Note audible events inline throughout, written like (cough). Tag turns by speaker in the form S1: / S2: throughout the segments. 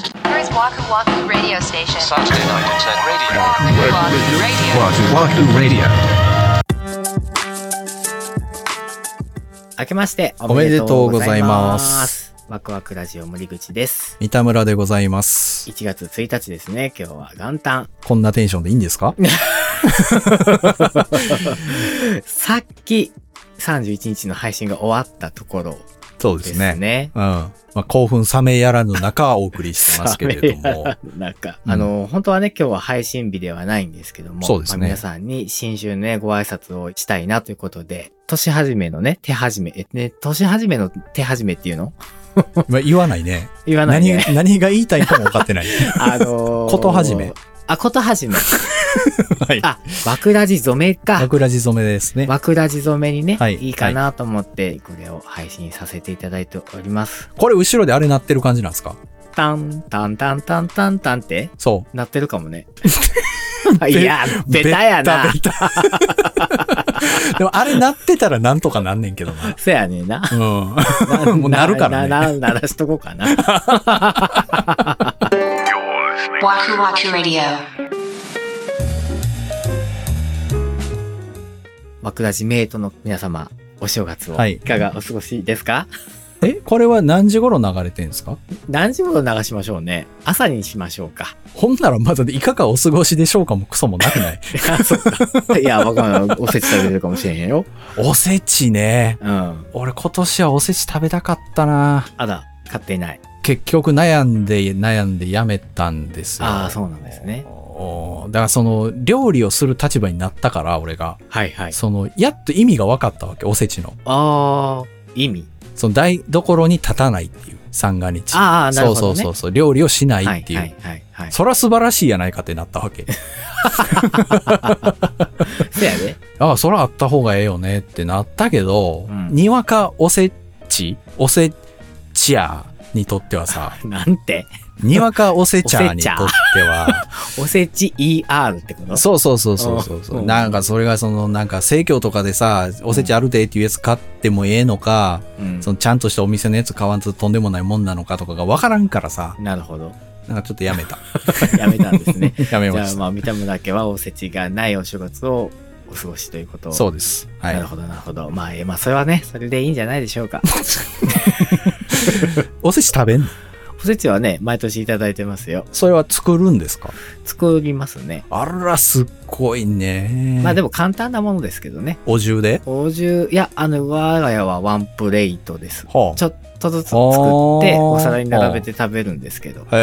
S1: Waku Waku Radio Station.
S2: Saturday night at 10 radio.
S1: Waku Waku Radio.
S3: Wahoo Wahoo Radio.
S4: 明けましてお
S5: め
S4: め
S5: で
S4: で
S5: と
S4: と
S5: う
S4: うご
S5: ござ
S4: ざ
S5: い
S4: い
S5: ま
S4: ますす。ワクワクラジオ森口です。
S5: 三田村でございます。
S4: 1月1日ですね、今日は元旦。
S5: こんなテンションでいいんです
S4: (laughs)
S5: か
S4: さっき31日の配信が終わったところ
S5: そうで
S4: ですす
S5: ね。
S4: ね。
S5: うん。まあ、興奮冷めやらぬ中、お送りしてますけれども。
S4: なんか、
S5: うん
S4: あの、本当はね、今日は配信日ではないんですけども、
S5: そうですね
S4: まあ皆さんに新春ね、ご挨拶をしたいなということで、年始めのね、手始め、え、ね、年始めの手始めっていうの
S5: まあ、言わないね。
S4: 言わないね。
S5: 何、何が言いたいかも分かっ
S4: (laughs)
S5: てない。
S4: あのー
S5: (laughs) こと始め。
S4: あ、こと始め。
S5: はい。
S4: あ、枕地染めか。
S5: 枕地染めですね。
S4: 枕地染めにね、、
S5: はいい
S4: いかなと思って、これを配信させていただいております。
S5: これ後ろであれ鳴ってる感じなんですか
S4: タン、タン、タン、タン、タン、タンって、
S5: そ
S4: なってるかも
S5: (laughs)
S4: ね。いや、
S5: う。
S4: ベタやな
S5: ベ。タベタ (laughs) でもあれ鳴ってたらなんとかなんねんけどな。
S4: そやねんな。 (laughs)
S5: うん。 (laughs) もうなるからね。
S4: な、な、鳴らしとこうかな。 (laughs)
S1: Waku Waku Radio.
S4: 枕地メイトの皆様、お正月を、
S5: はい
S4: いかがお過ごしですか、
S5: え、これは何時頃流れてんですか
S4: 何時頃流しましょうね。朝にしましょう
S5: (laughs)
S4: か。
S5: ほんならまだでいかがお過ごしでしょうかもクソもなくない
S4: あそっか。いや、わかんない。おせち食べてるかもしれへんよ。
S5: おせちね。
S4: うん。
S5: 俺今年はおせち食べたかったな
S4: あだ、買っていない。
S5: 結局悩んで悩んでやめたんですよ
S4: ああ、そうなんですね。
S5: おだからその料理をする立場になったから俺が
S4: はいはい。
S5: そのやっと意味が分かったわけおせちの
S4: ああ、意味。
S5: その台所に立たないっていう三が日
S4: ああ、なるほど、ね。
S5: そうそうそうそう料理をしないっていう、
S4: はいはいはい、はい。
S5: そら素晴らしいやないかってなったわ
S4: (laughs)
S5: け
S4: そやで。
S5: ああそらあった方がええよねってなったけど、
S4: うん
S5: にわかおせちおせちやにとって
S4: (laughs)
S5: はさ
S4: なんて。
S5: にわかおせちゃーにとっては、
S4: おせち ER ってこと
S5: そうそうそうそうそうそうう。
S4: ん
S5: なんかそれがその、なんか生協とかでさ、おせちあるでっていうやつ買ってもええのか、
S4: うん
S5: そのちゃんとしたお店のやつ買わんととんでもないもんなのかとかがわからんからさ、
S4: なるほど。
S5: なんかちょっと
S4: (laughs)
S5: やめた。
S4: やめたんですね。
S5: (laughs) やめ
S4: じ
S5: ま
S4: ゃあ
S5: し
S4: まあ、見た目だけはおせちがないお正月をお過ごしということ。
S5: た。そううです。は
S4: なる
S5: い。
S4: ほど、なるほど。まあ、えまあ、それはね、それでいいんじゃないでしょう
S5: (laughs)
S4: か。
S5: おせち食べんの
S4: おせちはね、毎年いただいてますよ。
S5: それは作るんですか
S4: 作りますね。
S5: あら、すっごいね。
S4: まあ、で
S5: も。
S4: も簡単なものですけどね。
S5: お重で
S4: お重、いや、あの、我が家はワンプレートです。
S5: は
S4: ちょっとずつ作
S5: あ
S4: って、
S5: ー
S4: お皿に並べて食べるんですけど、
S5: あ。へ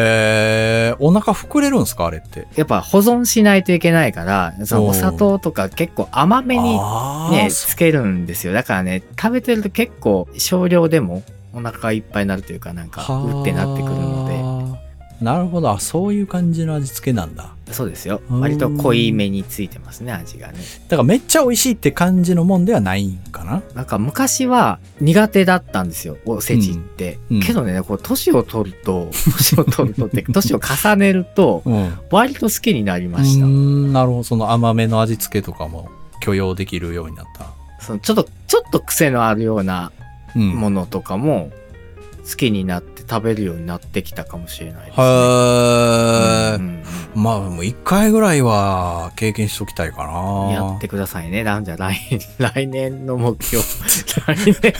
S5: え、お腹膨れるんですかあれって。
S4: やっぱ保存しないといけないから、その
S5: おー
S4: お砂糖とか結構甘めに
S5: あ
S4: ね、
S5: あ、そ
S4: つけるんですよ。だからね、食べてると結構少量でもお腹がいっぱいになるというか、なんか、うってなってくるの
S5: ので。なるほど。あ、そういう感じの味付けなんだ。
S4: で、そうですよ。
S5: うーん
S4: 割と濃いめについてますね、味がね。
S5: だからめっちゃ美味しいって感じのもんではないんかな
S4: なんか昔は苦手だったんですよ、おせちって。
S5: うんうん
S4: けどね、こう、年を取ると、 (laughs) 年を取るとって、年を重ねると、
S5: うん。
S4: 割と好きになりま
S5: う
S4: した。
S5: ん、なるほど。その甘めの味付けとかも許容できるようになった。
S4: そのちょっと、ちょっと癖のあるような
S5: うん。
S4: ものとかも好きになって食べるようになってきたかもしれないです、ね。
S5: は
S4: う
S5: ー
S4: ん
S5: まあ、もう一回ぐらいは経験しときたいか
S4: うん
S5: な。
S4: やってくださいね。なんじゃ来 (laughs) 年、来年の目
S5: (laughs)
S4: 標。来年。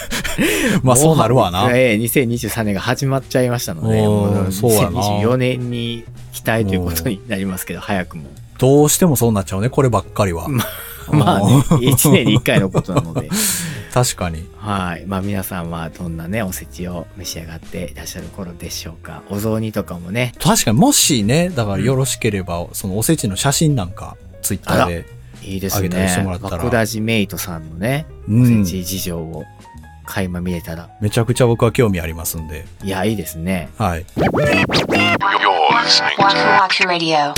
S5: まあ、そうなるわな。
S4: ええ、2023年が始まっちゃいましたので、
S5: おー
S4: も
S5: そうやな
S4: 2024年に期待ということになりますけど、早くも。
S5: どうしてもそうなっちゃうね、こればっかりは。
S4: ま (laughs) まあね、1年に1回のことなので。
S5: 確かに。
S4: はい。まあ皆さんはどんなね、おせちを召し上がっていらっしゃる頃でしょうか。お雑煮とかもね、
S5: 確かに、もしね、だからよろしければ、そのおせちの写真なんか、ツイッターで。
S4: いいです
S5: あげたり
S4: ね
S5: してもら。ったら
S4: バクダジメイトさんのね、
S5: う
S4: おせ
S5: ん。
S4: ち事情を垣間見れたら、
S5: めちゃくちゃ僕は興味ありますんで。
S4: いや、いいですね。
S5: はい。
S2: You're listening to
S1: Waku Waku Radio.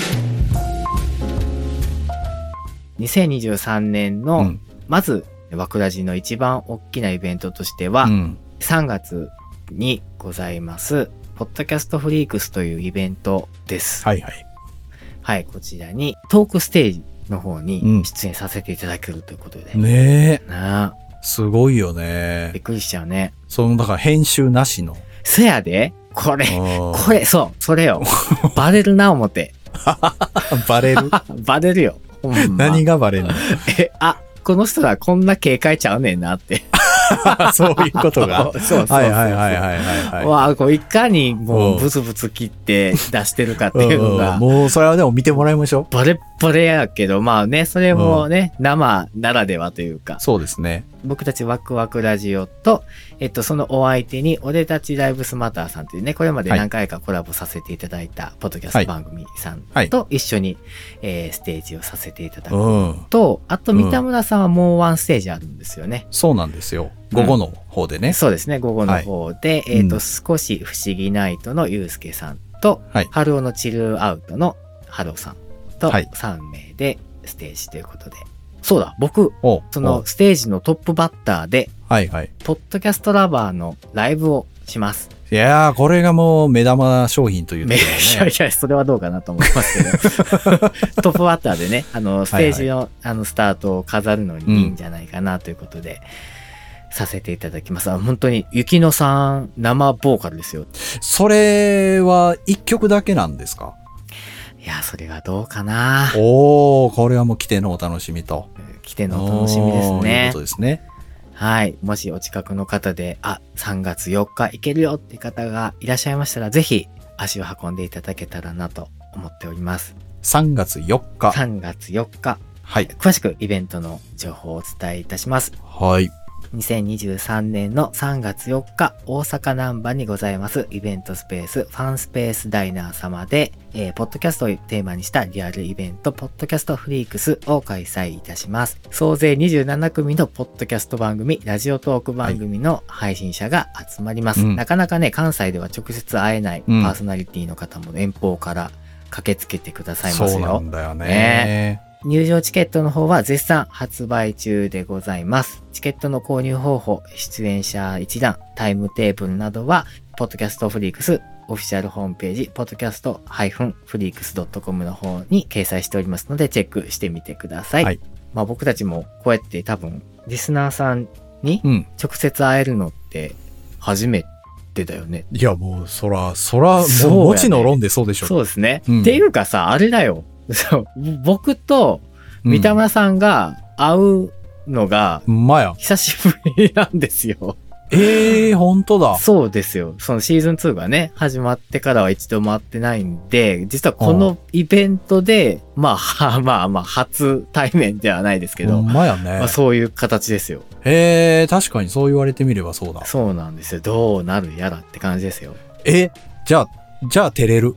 S4: 2023年の、
S5: うん。
S4: まず、ワクラジの一番大きなイベントとしては、
S5: うん。
S4: 3月にございます、ポッドキャストフリークスというイベントです。はい、
S5: はいはい。
S4: こちらにトークステージの方
S5: う
S4: に
S5: ん
S4: 出演させていただけるということで。
S5: ねえ。
S4: なあ、
S5: すごいよ
S4: びっ
S5: ね。
S4: くりしちゃうね。
S5: その、だから編集なしの。
S4: せやでこれ、
S5: うん
S4: これ、そう、それよ。バレるな、思って。
S5: バレる
S4: バレるよ。ほんま
S5: 何がバレ
S4: (laughs)
S5: るの
S4: え、あ、この人らこんな警戒ちゃうねんなって。。
S5: そういうことが
S4: そうそうそう。
S5: はいはいはいはいはいはい。
S4: わあ、こういかにも
S5: お
S4: う
S5: う
S4: ブツブツ切って出してるかっていうの
S5: うん
S4: が、
S5: もうそれはでも見てもらいましょ
S4: バレッバレやけど、まあね、それもね、生ならではというか
S5: う。、そうですね。
S4: 僕たちワクワクラジオと、えっと、そのお相手に、俺たちライブスマターさんというね、これまで
S5: はい
S4: 何回かコラボさせていただいた、ポッドキャスト番組さん
S5: はい
S4: と一緒に、えーステージをさせていただ
S5: う
S4: く
S5: ん。
S4: と、あと三田村さんはもうワンステージあるんですよね。
S5: そうなんですよ。午後の方でね。
S4: そうですね、午後の方で、
S5: い
S4: えっ、と、
S5: うん
S4: 少し不思議ナイトのゆうすけさんと、
S5: はい
S4: 春尾のチルアウトの春尾さんと、
S5: はい
S4: 3名でステージということで。そうだ、僕、
S5: お
S4: そ
S5: お
S4: のステージのトップバッターで、
S5: はいはい。
S4: ポッドキャストラバーのライブをします。
S5: いやー、これがもう目玉商品というと
S4: め
S5: こ
S4: い
S5: ろ
S4: やい
S5: ね。
S4: や、それはどうかなと思い
S5: (laughs)
S4: ますけど、トップバッターでね、あの、ステージの、あの、スタートを飾るのにいいんじゃないかなということで、させていただきます。あ本当に、ゆきのさん、生ボーカルですよ。
S5: それは一曲だけなんですか
S4: いや、それがどうかな。
S5: おー、これはもう来てのお楽しみと。
S4: 来てのお楽しみです
S5: おーいう
S4: ね
S5: こと。ですね。
S4: はい。もしお近くの方で、あ、3月4日行けるよって方がいらっしゃいましたら、ぜひ足を運んでいただけたらなと思っております。
S5: 3月4日。
S4: 3月4日、
S5: はい。
S4: 詳しくイベントの情報をお伝えいたします。
S5: はい。
S4: 2023年の3月4日、大阪南波にございますイベントスペース、ファンスペースダイナー様で、えーポッドキャストをテーマにしたリアルイベント、ポッドキャストフリークスを開催いたします。総勢27組のポッドキャスト番組、ラジオトーク番組の配信者が集まります。
S5: うん
S4: なかなかね、関西では直接会えないパ
S5: うん
S4: ーソナリティの方も遠方から駆けつけてくださいますよ。
S5: そうなんだよね。
S4: ね入場チケットの方は絶賛発売中でございます。チケットの購入方法、出演者一覧、タイムテーブルなどは、ポッドキャストフリークスオフィシャルホームページ、podcast-freaks.com の方に掲載しておりますので、チェックしてみてください。
S5: はい
S4: まあ僕たちもこうやって多分、リスナーさんに
S5: うん。
S4: 直接会えるのって初めてだよね。
S5: いや、もう、そら、そら、
S4: そうや
S5: も
S4: ね
S5: う、持ちの論でそうでしょ。
S4: そうですね。
S5: うん
S4: っていうかさ、あれだよ。そう僕と
S5: うん
S4: 三田村さんが会うのが
S5: ほんまや。
S4: 久しぶりなんですよ。
S5: ええー、ほんとだ。
S4: そうですよ。そのシーズン2がね、始まってからは一度も会ってないんで、実はこのイベントで、まあ、はまあまあ、初対面ではないですけ
S5: ほ
S4: ど、
S5: んまや
S4: ま
S5: ね
S4: あ、。そういう形ですよ。
S5: ええー、確かにそう言われてみればそうだ。
S4: そうなんですよ。どうなるやらって感じですよ。
S5: え、じゃあ、じゃあ、照れる。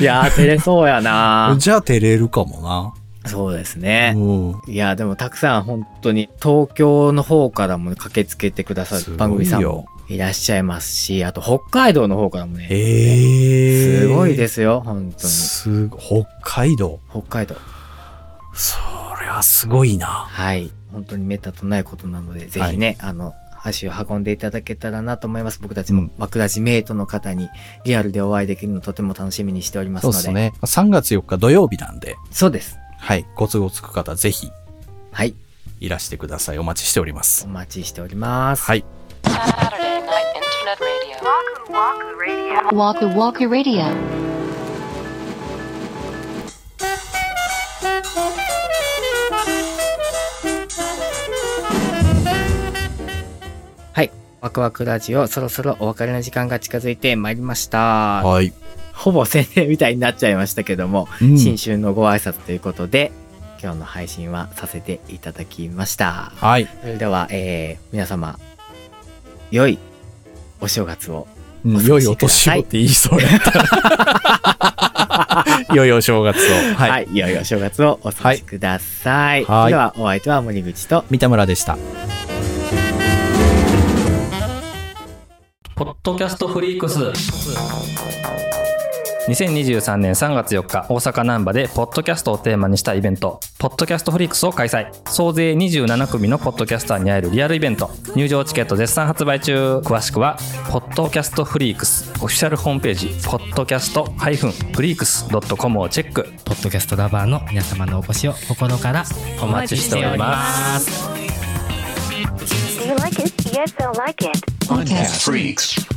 S4: いやー、照れそうやな
S5: じゃあ、照れるかもな。
S4: (laughs) そうですね。
S5: うん。
S4: いや、でもたくさん本当に東京の方からも駆けつけてくださ
S5: す
S4: る
S5: ごいよ
S4: 番組さんもいらっしゃいますし、あと北海道の方からもね、
S5: ええー。
S4: すごいですよ、本当に。
S5: すご北海道。
S4: 北海道。
S5: そりゃすごいな。
S4: はい。本当に滅多とないことなので、ぜひね、あの、足を運んでいただけたらなと思います。僕たち
S5: う
S4: も
S5: ん、
S4: 枕地メイトの方にリアルでお会いできるのとても楽しみにしております
S5: そう
S4: の
S5: で
S4: で。
S5: すね。3月4日土曜日なんで、
S4: そうです。
S5: はい。ご都合つく方、ぜひ、
S4: はい。
S5: いらしてください。お待ちしております
S4: お。待ちしております。
S5: はい。
S2: Saturday Night Internet Radio.
S1: Waku Waku Radio.
S4: ワクワクラジオ、そろそろお別れの時間が近づいてまいりました。
S5: はい。
S4: ほぼ宣伝みたいになっちゃいましたけども、
S5: うん
S4: 新春のご挨拶ということで、今日の配信はさせていただきました。
S5: はい。
S4: それでは、えー、皆様、良いお正月を。
S5: うん良いお年をって言いそうやった (laughs) ら。良いお正月を。
S4: はい、
S5: はい。
S4: 良いお正月をお過ごしください。
S5: はいはい
S4: では、お相手は森口と、
S5: 三田村でした。
S3: ポッドキャストフリークス2023年3月4日大阪難波でポッドキャストをテーマにしたイベント「ポッドキャストフリークス」を開催総勢27組のポッドキャスターに会えるリアルイベント入場チケット絶賛発売中詳しくは「ポッドキャストフリークス」オフィシャルホームページ「ポッドキャスト -freaks.com」をチェック
S6: ポッドキャストラバーの皆様のお越しを心から
S3: お待ちしております
S7: Do you like it? Yes, I like it.
S1: Podcast
S7: Freaks.